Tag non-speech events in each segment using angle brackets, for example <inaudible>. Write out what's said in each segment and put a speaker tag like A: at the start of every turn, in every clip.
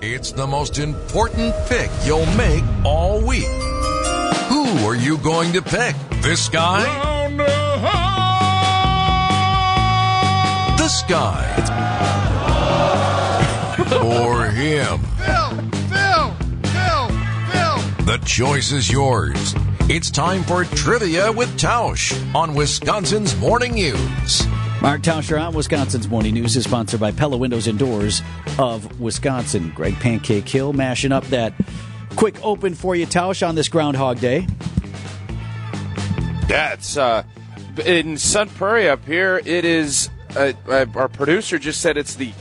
A: It's the most important pick you'll make all week. Who are you going to pick? This guy? This guy? or him? The choice is yours. It's time for Trivia with Tausch on Wisconsin's Morning News.
B: Mark Tauscher on Wisconsin's Morning News is sponsored by Pella Windows and Doors of Wisconsin. Greg Pancake Hill mashing up that quick open for you, Tausch, on this Groundhog Day.
C: Yeah, it's uh, in Sun Prairie up here. It is. Uh, uh, our producer just said it's the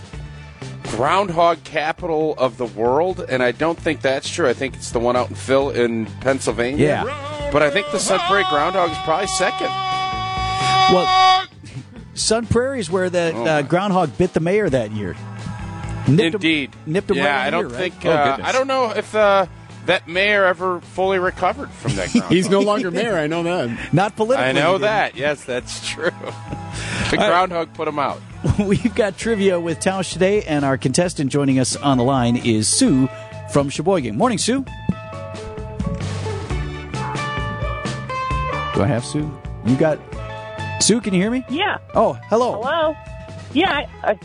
C: groundhog capital of the world, and I don't think that's true. I think it's the one out in Phil in Pennsylvania.
B: Yeah.
C: But I think the Sun Prairie groundhog is probably second.
B: Well, Sun Prairie is where
C: Oh,
B: that uh, groundhog bit the mayor that year. Nipped him-
C: Indeed.
B: nipped him
C: yeah,
B: right in
C: I
B: the
C: don't
B: ear, right?
C: think.
B: Oh,
C: Uh,
B: goodness.
C: I don't know if uh, that mayor ever fully recovered
B: <laughs>
C: from that. Groundhog.
D: He's no longer mayor. I know that.
B: Not politically.
C: I
B: he
C: know
B: didn't.
C: that. Yes, that's true. <laughs> The groundhog put him out.
B: <laughs> We've got trivia with Tausch today, and our contestant joining us on the line is Sue from Sheboygan. Morning, Sue. Do I have Sue? You got Sue? Can you hear me?
E: Yeah.
B: Oh, hello.
E: Hello. Yeah. I, I,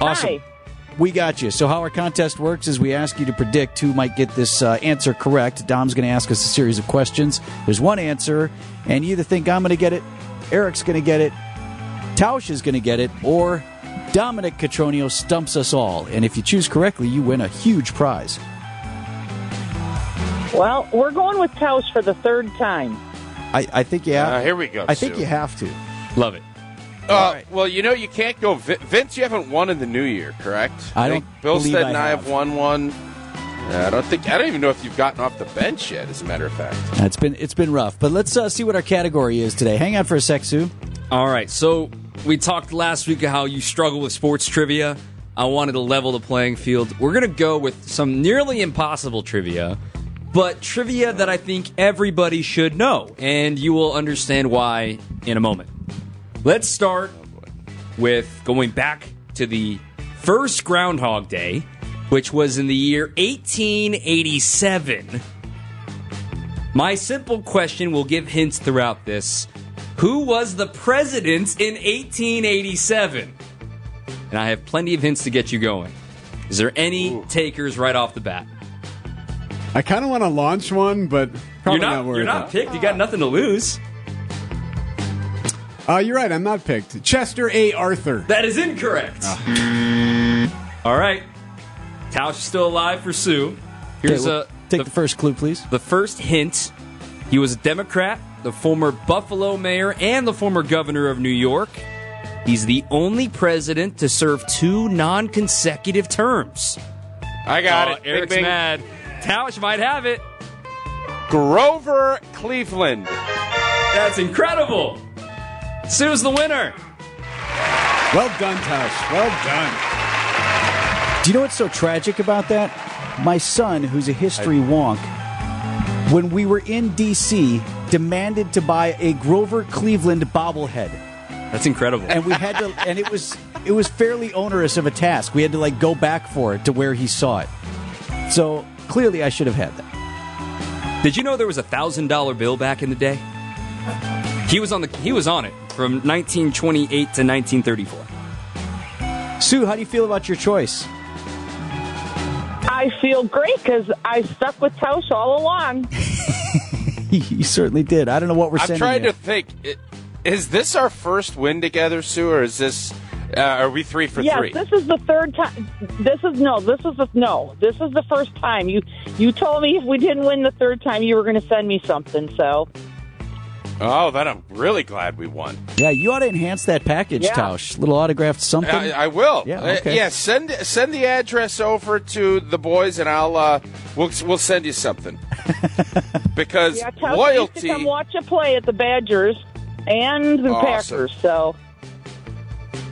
B: Awesome.
E: Hi.
B: We got you. So, how our contest works is we ask you to predict who might get this uh, answer correct. Dom's going to ask us a series of questions. There's one answer, and you either think I'm going to get it, Eric's going to get it, Tausch is going to get it, or Dominic Catronio stumps us all. And if you choose correctly, you win a huge prize.
E: Well, we're going with Taos for the third time.
B: I, I think yeah.
C: Uh, here we go,
B: I think
C: Sue.
B: you have to.
D: Love it.
C: Uh, Well, you know, you can't go. Vin- Vince, you haven't won in the new year, correct?
B: I
C: think
B: don't
C: Bill
B: believe
C: Stead
B: I
C: and I have
B: have.
C: won one. Uh, I don't think. I don't even know if you've gotten off the bench yet. As a matter of fact,
B: It's been it's been rough, but let's uh, see what our category is today. Hang on for a sec, Sue.
F: All right, so we talked last week of how you struggle with sports trivia. I wanted to level the playing field. We're going to go with some nearly impossible trivia, but trivia that I think everybody should know, and you will understand why in a moment. Let's start with going back to the first Groundhog Day, which was in the year 1887. My simple question will give hints throughout this. Who was the president in 1887? And I have plenty of hints to get you going. Is there any takers right off the bat?
D: I kind of want to launch one, but probably
F: you're not,
D: worth
F: you're not picked. You got nothing to lose.
D: it. Uh, you're right. I'm not picked. Chester A. Arthur.
F: That is incorrect. All right. Tausch is still alive for Sue. Here's
B: Ah. Okay,
F: a
B: well, take the, first clue, please.
F: the first hint. He was a Democrat, the former Buffalo mayor, and the former governor of New York. He's the only president to serve two non consecutive terms.
C: I got
F: Oh,
C: it. Bing,
F: Eric's
C: bing.
F: mad. Tausch might have it.
C: Grover Cleveland.
F: That's incredible. Sue's the winner.
D: Well done, Tosh. Well done.
B: Do you know what's so tragic about that? My son, who's a history wonk, when we were in D.C., demanded to buy a Grover Cleveland bobblehead,
F: That's incredible.
B: and we had
C: <laughs>
B: to, and it was it was fairly onerous of a task. We had to like go back for it to where he saw it. So clearly, I should have had that.
F: Did you know there was a thousand dollar bill back in the day? He was on the he was on it from 1928 to 1934.
B: Sue, how do you feel about your choice?
E: I feel great because I stuck with Taos all along.
B: you certainly did. I don't know what we're
C: I'm
B: sending.
C: trying
B: you.
C: to think. i- Is this our first win together, Sue, or is this? Uh, are we three for
E: yes,
C: three?
E: this is the third time. This is no. This is the no. This is the first time you you told me if we didn't win the third time, you were going to send me something. So
C: Oh, then I'm really glad we won.
B: Yeah, you ought to enhance that package,
E: Yeah.
B: Tausch. Little autographed something.
C: I, I will.
B: Yeah,
C: Uh,
B: okay.
C: yeah. Send send the address over to the boys, and I'll uh, we'll we'll send you
B: <laughs>
C: something because
E: yeah, Taos used to
C: loyalty.
E: come watch a play at the Badgers and the
C: Awesome.
E: Packers. So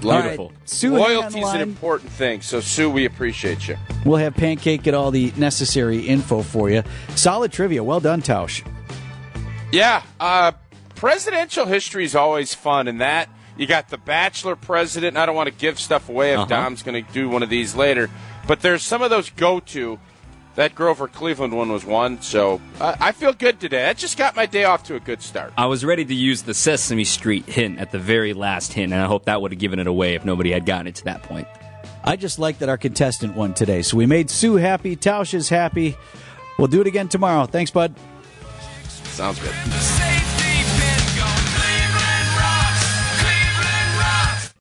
F: Beautiful.
B: Sue, hang on the
C: Loyalty is an
B: line.
C: important thing. So Sue, we appreciate you.
B: We'll have Pancake get all the necessary info for you. Solid trivia. Well done, Tausch.
C: Yeah. Uh, presidential history is always fun, and that
B: Uh-huh.
C: you got the bachelor president. and I don't want to give stuff away if Dom's going to do one of these later. But there's some of those go to. That Grover Cleveland one was one, so uh, I, I feel good today. That just got my day off to a good start.
F: I was ready to use the Sesame Street hint at the very last hint, and I hope that would have given it away if nobody had gotten it to that point.
B: I just like that our contestant won today. So we made Sue happy. Tausch is happy. We'll do it again tomorrow. Thanks, bud.
C: Sounds good.